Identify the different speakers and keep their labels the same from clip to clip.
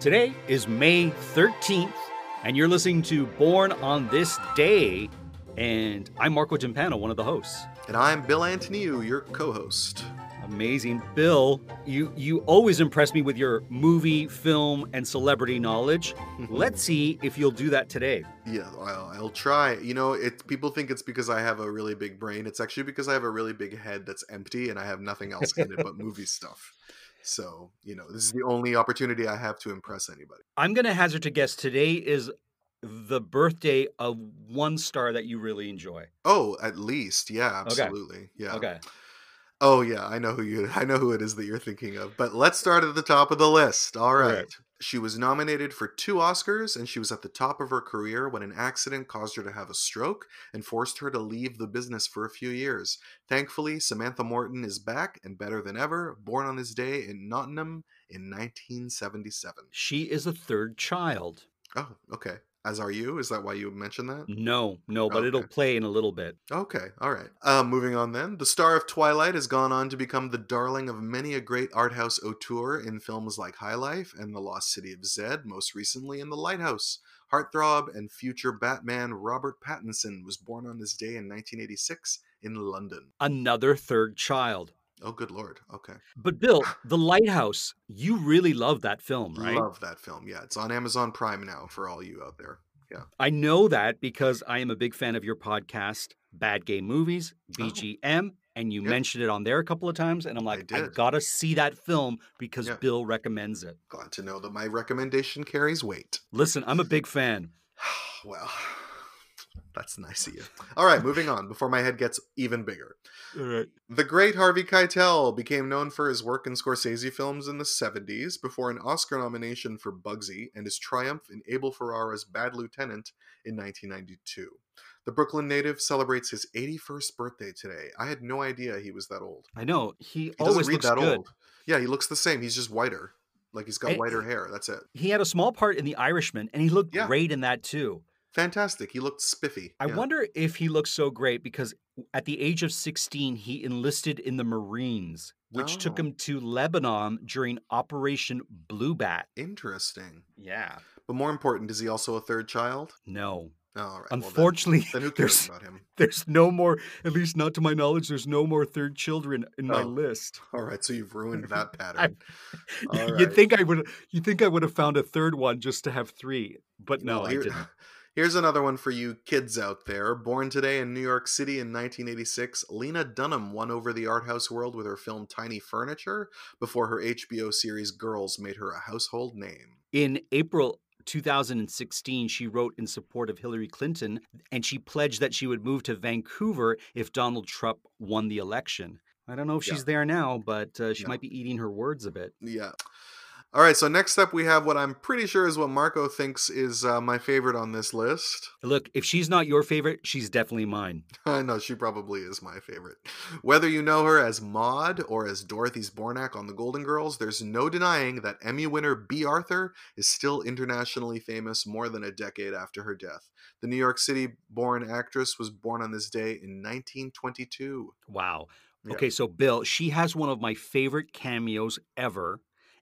Speaker 1: Today is May 13th, and you're listening to Born on This Day. And I'm Marco Timpano, one of the hosts.
Speaker 2: And I'm Bill Antoniou, your co-host.
Speaker 1: Amazing. Bill, you, you always impress me with your movie, film, and celebrity knowledge.
Speaker 2: Mm-hmm.
Speaker 1: Let's see if you'll do that today.
Speaker 2: Yeah, I'll, I'll try. You know, it people think it's because I have a really big brain. It's actually because I have a really big head that's empty and I have nothing else in it but movie stuff. So, you know, this is the only opportunity I have to impress anybody.
Speaker 1: I'm going to hazard to guess today is the birthday of one star that you really enjoy.
Speaker 2: Oh, at least. Yeah,
Speaker 1: Okay.
Speaker 2: absolutely. Yeah.
Speaker 1: Okay.
Speaker 2: Oh yeah, I know who you I know who it is that you're thinking of. But let's start at the top of the list. All
Speaker 1: right.
Speaker 2: right. She was nominated for two Oscars and she was at the top of her career when an accident caused her to have a stroke and forced her to leave the business for a few years. Thankfully, Samantha Morton is back and better than ever, born on this day in Nottingham in 1977.
Speaker 1: She is a third child.
Speaker 2: Oh, okay. As are you? Is that why you mentioned that?
Speaker 1: No, no, but
Speaker 2: Okay.
Speaker 1: it'll play in a little bit.
Speaker 2: Okay, all right. Uh, moving on then. The star of Twilight has gone on to become the darling of many a great art house auteur in films like High Life and The Lost City of Zed, most recently in The Lighthouse. Heartthrob and future Batman Robert Pattinson was born on this day in 1986 in London.
Speaker 1: Another third child.
Speaker 2: Oh, good lord. Okay.
Speaker 1: But Bill, The Lighthouse, you really love that film, right?
Speaker 2: Love that film. Yeah, it's on Amazon Prime now for all you out there.
Speaker 1: I know that because I am a big fan of your podcast, Bad Gay Movies, BGM, and you
Speaker 2: Oh. Yep.
Speaker 1: mentioned it on there a couple of times. And I'm like, I,
Speaker 2: did.
Speaker 1: gotta see that film because
Speaker 2: Yeah.
Speaker 1: Bill recommends it.
Speaker 2: Glad to know that my recommendation carries weight.
Speaker 1: Listen, I'm a big fan.
Speaker 2: Well, that's nice of you. All right, moving on before my head gets even bigger.
Speaker 1: All right.
Speaker 2: The great Harvey Keitel became known for his work in Scorsese films in the 70s before an Oscar nomination for Bugsy and his triumph in Abel Ferrara's Bad Lieutenant in 1992. The Brooklyn native celebrates his 81st birthday today. I had no idea he was that old.
Speaker 1: I know. He,
Speaker 2: He
Speaker 1: always looks good.
Speaker 2: Yeah, he looks the same. He's just whiter. Like he's got
Speaker 1: And-
Speaker 2: whiter hair. That's it.
Speaker 1: He had a small part in The Irishman, and he looked
Speaker 2: Yeah.
Speaker 1: great in that too.
Speaker 2: Fantastic. He looked spiffy.
Speaker 1: I
Speaker 2: Yeah.
Speaker 1: wonder if he looks so great because at the age of 16, he enlisted in the Marines, which took
Speaker 2: Oh.
Speaker 1: him to Lebanon during Operation Blue Bat.
Speaker 2: Interesting.
Speaker 1: Yeah.
Speaker 2: But more important, is he also a third child?
Speaker 1: No.
Speaker 2: Oh, all right. well then-
Speaker 1: Unfortunately,
Speaker 2: then, who
Speaker 1: there's-
Speaker 2: cares about him?
Speaker 1: there's no more, at least not to my knowledge, there's no more third children in my
Speaker 2: Oh.
Speaker 1: list.
Speaker 2: All right, so you've ruined that pattern. All
Speaker 1: You'd
Speaker 2: right.
Speaker 1: think I would you think I would have found a third one just to have three, but no,
Speaker 2: Well,
Speaker 1: I
Speaker 2: here-
Speaker 1: didn't.
Speaker 2: Here's another one for you kids out there. Born today in New York City in 1986, Lena Dunham won over the art house world with her film Tiny Furniture before her HBO series Girls made her a household name.
Speaker 1: In April 2016, she wrote in support of Hillary Clinton and she pledged that she would move to Vancouver if Donald Trump won the election. I don't know if
Speaker 2: Yeah.
Speaker 1: she's there now, but uh, she
Speaker 2: No.
Speaker 1: might be eating her words a bit.
Speaker 2: Yeah. All right, so next up we have what I'm pretty sure is what Marco thinks is uh, my favorite on this list.
Speaker 1: Look, if she's not your favorite, she's definitely mine.
Speaker 2: I know Uh, she probably is my favorite. Whether you know her as Maud or as Dorothy's Bornak on The Golden Girls, there's no denying that Emmy winner B. Arthur is still internationally famous more than a decade after her death. The New York City born actress was born on this day in 1922.
Speaker 1: Wow.
Speaker 2: Yeah.
Speaker 1: Okay, so Bill, she has one of my favorite cameos ever,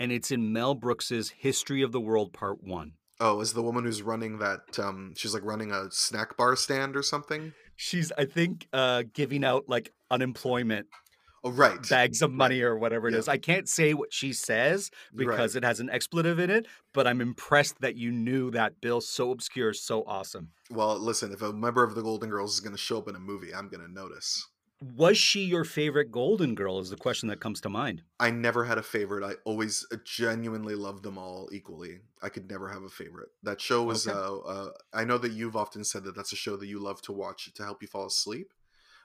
Speaker 1: and it's in Mel Brooks's History of the World Part 1.
Speaker 2: Oh, is the woman who's running that, um, she's like running a snack bar stand or something?
Speaker 1: She's, I think, uh, giving out like unemployment
Speaker 2: Oh, right.
Speaker 1: bags of money or whatever it
Speaker 2: Yeah.
Speaker 1: is. I can't say what she says
Speaker 2: Right.
Speaker 1: because it has an expletive in it, but I'm impressed that you knew that Bill so obscure, so awesome.
Speaker 2: Well, listen, if a member of the Golden Girls is going to show up in a movie, I'm going to notice.
Speaker 1: Was she your favorite golden girl is the question that comes to mind.
Speaker 2: I never had a favorite. I always uh, genuinely loved them all equally. I could never have a favorite. That show was.
Speaker 1: Okay.
Speaker 2: Uh, uh, I know that you've often said that that's a show that you love to watch to help you fall asleep,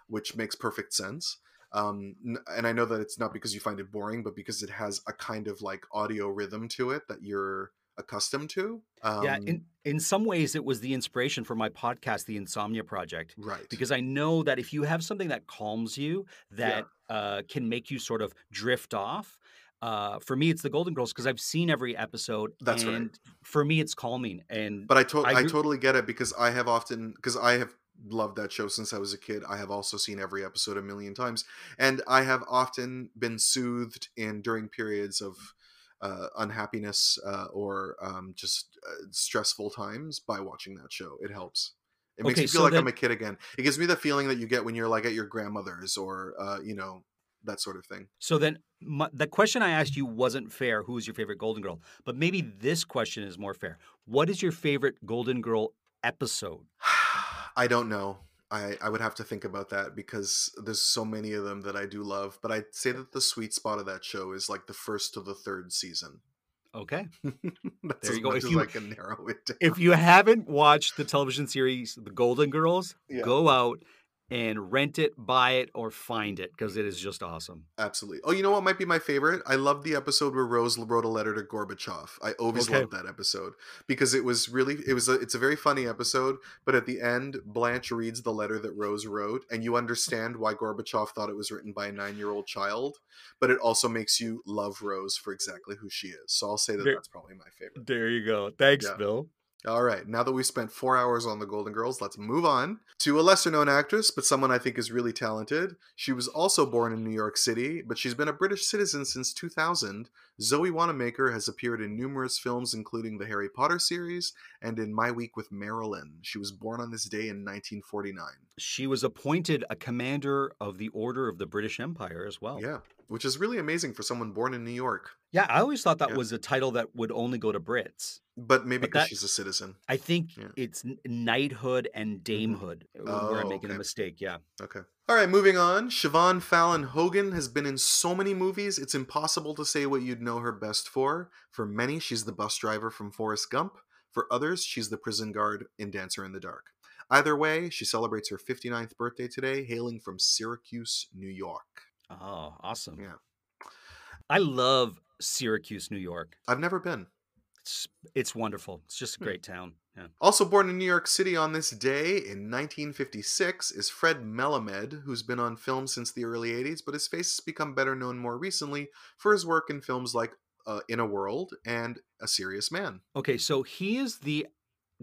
Speaker 2: which makes perfect sense. Um, n- and I know that it's not because you find it boring, but because it has a kind of like audio rhythm to it that you're accustomed to. Um,
Speaker 1: yeah, in, in some ways it was the inspiration for my podcast, The Insomnia Project.
Speaker 2: right.
Speaker 1: because I know that if you have something that calms you, that uh, can make you sort of drift off. Uh, for me, it's the Golden Girls because I've seen every episode.
Speaker 2: That's right.
Speaker 1: and For me, it's calming. And
Speaker 2: But I, to-
Speaker 1: I
Speaker 2: I
Speaker 1: gr-
Speaker 2: totally get it because I have often because I have loved that show since I was a kid. I have also seen every episode a million times, and I have often been soothed in during periods of uh, unhappiness uh, or um, just uh, stressful times by watching that show. It helps. It makes
Speaker 1: Okay,
Speaker 2: me feel
Speaker 1: so
Speaker 2: like I'm
Speaker 1: then-
Speaker 2: a kid again. It gives me the feeling that you get when you're like at your grandmother's or uh, you know that sort of thing.
Speaker 1: So then, my, the question I asked you wasn't fair. Who is your favorite Golden Girl? But maybe this question is more fair. What is your favorite Golden Girl episode?
Speaker 2: I don't know. I, I would have to think about that because there's so many of them that I do love. But I'd say that the sweet spot of that show is like the first to the third season.
Speaker 1: Okay.
Speaker 2: That's
Speaker 1: There
Speaker 2: as
Speaker 1: you go.
Speaker 2: much
Speaker 1: If
Speaker 2: as
Speaker 1: you-
Speaker 2: I can narrow it down.
Speaker 1: If you haven't watched the television series The Golden Girls,
Speaker 2: Yeah.
Speaker 1: go out and rent it, buy it, or find it because it is just awesome.
Speaker 2: Absolutely. Oh, you know what might be my favorite? I love the episode where Rose l- wrote a letter to Gorbachev. I always
Speaker 1: Okay.
Speaker 2: loved that episode because it was really it was a, it's a very funny episode, but at the end Blanche reads the letter that Rose wrote and you understand why Gorbachev thought it was written by a 9-year-old child, but it also makes you love Rose for exactly who she is. So I'll say that
Speaker 1: There-
Speaker 2: that's probably my favorite.
Speaker 1: There you go. Thanks,
Speaker 2: Yeah.
Speaker 1: Bill.
Speaker 2: All right, now that we've spent 4 hours on the Golden Girls, let's move on to a lesser-known actress, but someone I think is really talented. She was also born in New York City, but she's been a British citizen since 2000. Zoe Wanamaker has appeared in numerous films, including the Harry Potter series and in My Week with Marilyn. She was born on this day in 1949.
Speaker 1: She was appointed a commander of the Order of the British Empire as well.
Speaker 2: Yeah, which is really amazing for someone born in New York,
Speaker 1: Yeah, I always thought that
Speaker 2: Yeah.
Speaker 1: was a title that would only go to Brits.
Speaker 2: but maybe
Speaker 1: But
Speaker 2: because
Speaker 1: that-
Speaker 2: she's a citizen.
Speaker 1: I think
Speaker 2: Yeah. Mm-hmm.
Speaker 1: it's n- knighthood and damehood where I'm
Speaker 2: Oh,
Speaker 1: making
Speaker 2: okay.
Speaker 1: a mistake. Yeah.
Speaker 2: Okay. All right, moving on. Siobhan Fallon Hogan has been in so many movies, it's impossible to say what you'd know her best for. For many, she's the bus driver from Forrest Gump. For others, she's the prison guard in Dancer in the Dark. Either way, she celebrates her 59th birthday today, hailing from Syracuse, New York.
Speaker 1: Oh, awesome.
Speaker 2: Yeah.
Speaker 1: I love Syracuse, New York.
Speaker 2: I've never been.
Speaker 1: It's, it's wonderful. It's just a
Speaker 2: Hmm.
Speaker 1: great town. Yeah.
Speaker 2: Also born in New York City on this day in 1956 is Fred Melamed, who's been on film since the early 80s, but his face has become better known more recently for his work in films like uh, In a World and A Serious Man.
Speaker 1: Okay, so he is the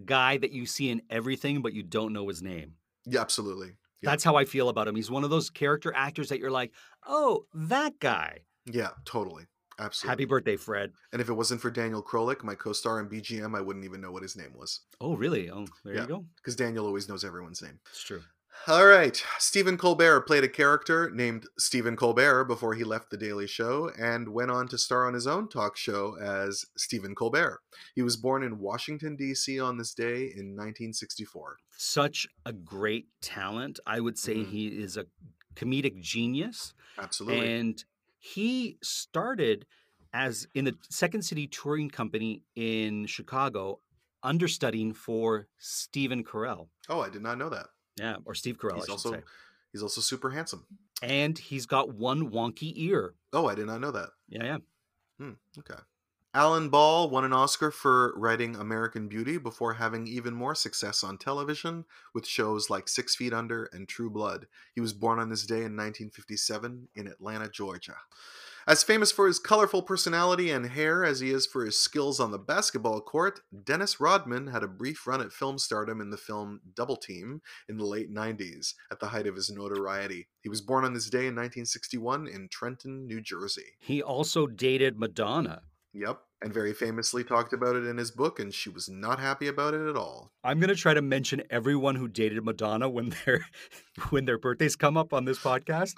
Speaker 1: guy that you see in everything, but you don't know his name.
Speaker 2: Yeah, absolutely. Yeah.
Speaker 1: That's how I feel about him. He's one of those character actors that you're like, oh, that guy.
Speaker 2: Yeah, totally. Absolutely.
Speaker 1: Happy birthday, Fred.
Speaker 2: and if it wasn't for Daniel Krolik, my co star in BGM, I wouldn't even know what his name was
Speaker 1: Oh, really? Oh, there
Speaker 2: Yeah.
Speaker 1: you go.
Speaker 2: because Daniel always knows everyone's name.
Speaker 1: It's true.
Speaker 2: All right. Stephen Colbert played a character named Stephen Colbert before he left The Daily Show and went on to star on his own talk show as Stephen Colbert. He was born in Washington, D.C. on this day in 1964.
Speaker 1: Such a great talent. I would say
Speaker 2: Mhm.
Speaker 1: he is a comedic genius.
Speaker 2: Absolutely.
Speaker 1: And he started as in the Second City Touring Company in Chicago, understudying for Stephen Carell.
Speaker 2: oh, I did not know that.
Speaker 1: Yeah, or Steve Carell, I
Speaker 2: He's
Speaker 1: should
Speaker 2: also
Speaker 1: say.
Speaker 2: he's also super handsome.
Speaker 1: And he's got one wonky ear.
Speaker 2: Oh, I did not know that.
Speaker 1: Yeah, yeah.
Speaker 2: Hmm, okay. Alan Ball won an Oscar for writing American Beauty before having even more success on television with shows like Six Feet Under and True Blood. He was born on this day in 1957 in Atlanta, Georgia. As famous for his colorful personality and hair as he is for his skills on the basketball court, Dennis Rodman had a brief run at film stardom in the film Double Team in the late 90s at the height of his notoriety. He was born on this day in 1961 in Trenton, New Jersey.
Speaker 1: He also dated Madonna.
Speaker 2: Yep. And very famously talked about it in his book, and she was not happy about it at all.
Speaker 1: I'm gonna try to mention everyone who dated Madonna when their when their birthdays come up on this podcast.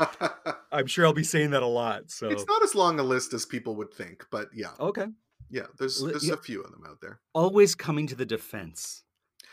Speaker 1: I'm sure I'll be saying that a lot. So
Speaker 2: It's not as long a list as people would think, but yeah,
Speaker 1: okay,
Speaker 2: yeah. There's
Speaker 1: Li-
Speaker 2: there's
Speaker 1: yeah.
Speaker 2: a few of them out there.
Speaker 1: always coming to the defense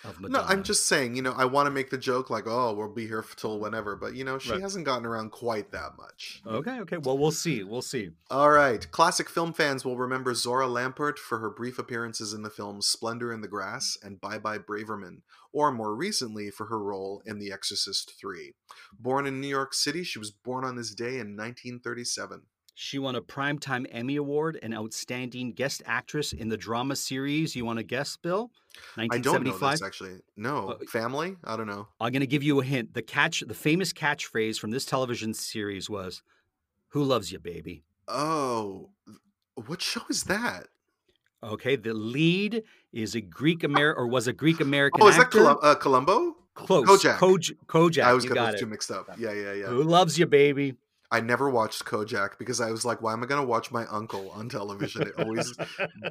Speaker 1: of Madonna.
Speaker 2: No, I'm just saying, you know, I want to make the joke like, oh, we'll be here f- till whenever, but you know, she
Speaker 1: Right.
Speaker 2: hasn't gotten around quite that much.
Speaker 1: okay. Okay, well we'll see. We'll see.
Speaker 2: All right, classic film fans will remember Zora Lampert for her brief appearances in the films Splendor in the Grass and Bye Bye Braverman, or more recently for her role in The Exorcist 3. Born in New York City, she was born on this day in 1937.
Speaker 1: She won a Primetime Emmy Award and Outstanding Guest Actress in the drama series. You want to guess, Bill?
Speaker 2: I don't know
Speaker 1: 1975.
Speaker 2: this actually. No,
Speaker 1: Uh,
Speaker 2: family? I don't know.
Speaker 1: I'm going to give you a hint. The catch, the famous catchphrase from this television series was, "Who loves you, baby?"
Speaker 2: Oh, what show is that?
Speaker 1: Okay, the lead is a Greek Amer or was a Greek American.
Speaker 2: Oh, is that
Speaker 1: actor.
Speaker 2: Colum- uh, Columbo?
Speaker 1: Close.
Speaker 2: Kojak.
Speaker 1: Koj- Kojak.
Speaker 2: I always
Speaker 1: you
Speaker 2: got
Speaker 1: got
Speaker 2: those
Speaker 1: it.
Speaker 2: two mixed up. Yeah, yeah, yeah.
Speaker 1: Who loves you, baby?
Speaker 2: I never watched Kojak because I was like, why am I going to watch my uncle on television? It always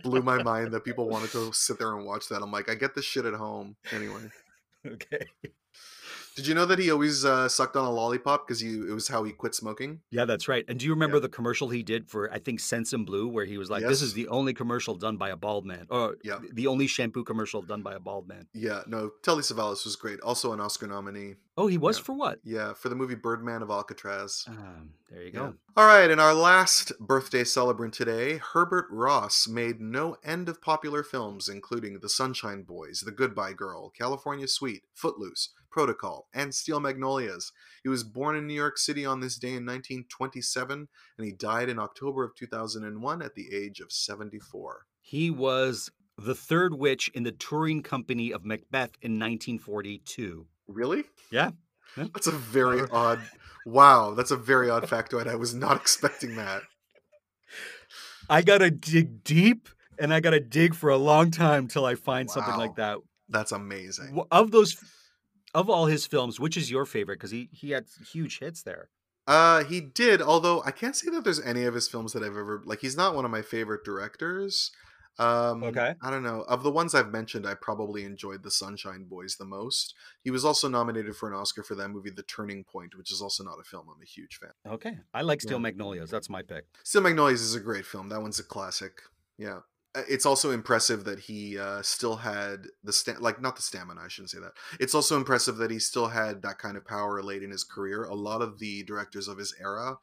Speaker 2: blew my mind that people wanted to sit there and watch that. I'm like, I get this shit at home anyway.
Speaker 1: Okay.
Speaker 2: Did you know that he always uh, sucked on a lollipop because you it was how he quit smoking?
Speaker 1: Yeah, that's right. And do you remember the commercial he did for I think Sense and Blue, where he was like, "This
Speaker 2: Yes.
Speaker 1: is the only commercial done by a bald man, or
Speaker 2: Yeah.
Speaker 1: the only shampoo commercial done by a bald man."
Speaker 2: Yeah, no, Telly Savalas was great. Also an Oscar nominee.
Speaker 1: Oh, he was
Speaker 2: Yeah.
Speaker 1: for what?
Speaker 2: Yeah, for the movie Birdman of Alcatraz.
Speaker 1: Um, there you
Speaker 2: Yeah.
Speaker 1: go.
Speaker 2: All right, and our last birthday celebrant today, Herbert Ross made no end of popular films, including The Sunshine Boys, The Goodbye Girl, California Suite, Footloose, Protocol, and Steel Magnolias. He was born in New York City on this day in 1927, and he died in October of 2001 at the age of 74.
Speaker 1: He was the third witch in the touring company of Macbeth in 1942.
Speaker 2: Really?
Speaker 1: Yeah. Yeah.
Speaker 2: That's a very
Speaker 1: Never-
Speaker 2: odd. Wow, that's a very odd factoid. I was not expecting that.
Speaker 1: I gotta dig deep, and I gotta dig for a long time till I find something
Speaker 2: Wow.
Speaker 1: like that.
Speaker 2: That's amazing.
Speaker 1: Wh- Of those, of all his films, which is your favorite? Because he he had huge hits there.
Speaker 2: Uh, he did. Although I can't say that there's any of his films that I've ever like. He's not one of my favorite directors. Um,
Speaker 1: Okay.
Speaker 2: I don't know. Of the ones I've mentioned, I probably enjoyed The Sunshine Boys the most. He was also nominated for an Oscar for that movie, The Turning Point, which is also not a film I'm a huge fan.
Speaker 1: Okay, I like Steel
Speaker 2: Yeah.
Speaker 1: Magnolias. That's my pick.
Speaker 2: Still, Magnolias is a great film. That one's a classic. Yeah. Uh, It's also impressive that he uh, still had the sta- like not the stamina. I shouldn't say that. It's also impressive that he still had that kind of power late in his career. A lot of the directors of his era,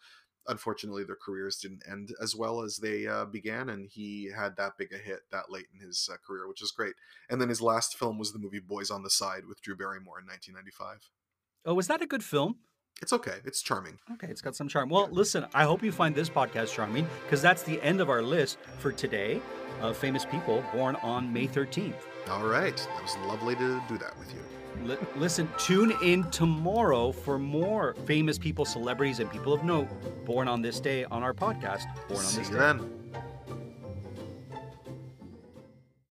Speaker 2: unfortunately, their careers didn't end as well as they uh, began, and he had that big a hit that late in his uh, career, which is great. And then his last film was the movie Boys on the Side with Drew Barrymore in 1995.
Speaker 1: Oh, was that a good film?
Speaker 2: It's okay. It's charming.
Speaker 1: Okay, it's got some charm. Well, listen, I hope you find this podcast charming because that's the end of our list for today of famous people born on May 13th.
Speaker 2: All right, that was lovely to do that with you.
Speaker 1: Li- listen, tune in tomorrow for more famous people, celebrities, and people of note born on this day on our podcast, Born on
Speaker 2: See
Speaker 1: This
Speaker 2: you
Speaker 1: Day.
Speaker 2: then.